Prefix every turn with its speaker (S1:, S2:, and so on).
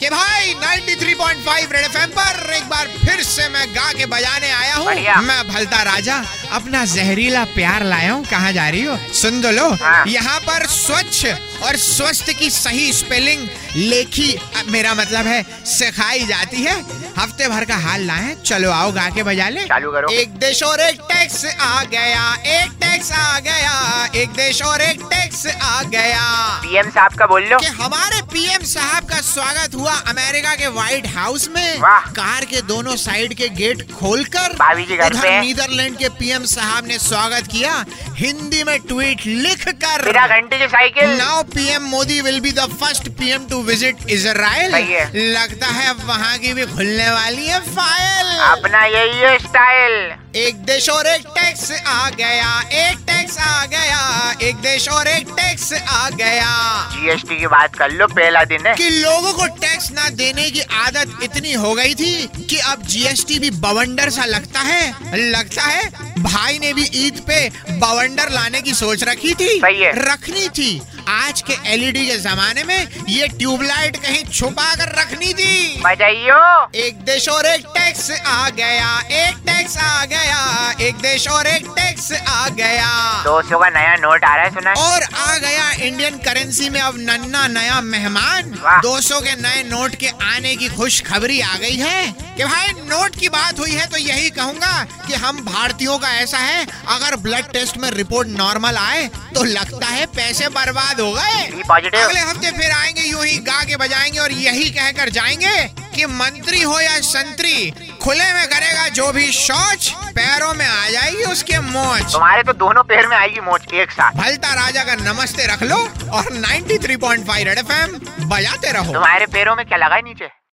S1: कि भाई 93.5 red FM पर एक बार फिर से मैं गा के बजाने आया हूँ मैं भलता राजा अपना जहरीला प्यार लाया हूँ कहाँ जा रही हो सुन तो लो यहाँ पर स्वच्छ और स्वस्थ की सही स्पेलिंग लेखी अ, मेरा मतलब है सिखाई जाती है हफ्ते भर का हाल लाए चलो आओ गा के बजा ले
S2: चालू करो।
S1: एक देश और एक टैक्स आ गया एक टैक्स आ गया एक देश और एक टैक्स आ गया
S2: पीएम साहब का बोल लो
S1: कि हमारे पीएम साहब का स्वागत हुआ अमेरिका के व्हाइट हाउस में
S2: वाह।
S1: कार के दोनों साइड के गेट खोलकर
S2: भाभी जी घर
S1: उधर
S2: पे।
S1: नीदरलैंड के पीएम साहब ने स्वागत किया हिंदी में ट्वीट लिखकर
S2: बिना घंटे की cycle
S1: now PM Modi will be the first PM to visit Israel
S2: सही है।
S1: लगता है अब वहाँ की भी खुलने वाली है फाइल
S2: अपना यही है स्टाइल
S1: एक देश और एक टैक्स आ गया एक टैक्स आ गया एक देश और एक टैक्स आ गया
S2: जीएसटी की बात कर लो पहला दिन है
S1: कि लोगों को टैक्स ना देने की आदत इतनी हो गई थी कि अब जीएसटी भी बवंडर सा लगता है लगता है भाई ने भी ईद पे बवंडर लाने की सोच रखी थी
S2: सही है।
S1: रखनी थी आज के एलईडी के जमाने में ये ट्यूबलाइट कहीं छुपा कर रखनी थी
S2: बजाइयो
S1: एक देश और एक टैक्स आ गया एक टैक्स आ गया एक देश और एक टैक्स आ गया
S2: दो सौ का नया नोट आ रहा है सुना है?
S1: और आ गया इंडियन करेंसी में अब नन्ना नया मेहमान
S2: वाह।
S1: 200 के नए नोट के आने की खुशखबरी आ गई है कि भाई नोट की बात हुई है तो यही कहूंगा कि हम भारतीयों का ऐसा है अगर ब्लड टेस्ट में रिपोर्ट नॉर्मल आए तो लगता है पैसे बर्बाद हो गए
S2: बी पॉजिटिव
S1: अगले हफ्ते फिर आएंगे यूं ही गा के बजाएंगे और यही कहकर जाएंगे कि मंत्री हो या संतरी खुले में करेगा जो भी शौच पैरों में आ जाएगी उसके मोच
S2: तुम्हारे तो दोनों पैर में आएगी मोच एक साथ
S1: भलता राजा का नमस्ते रख लो और 93.5 रेड एफएम बजाते रहो
S2: तुम्हारे पैरों में क्या लगा है नीचे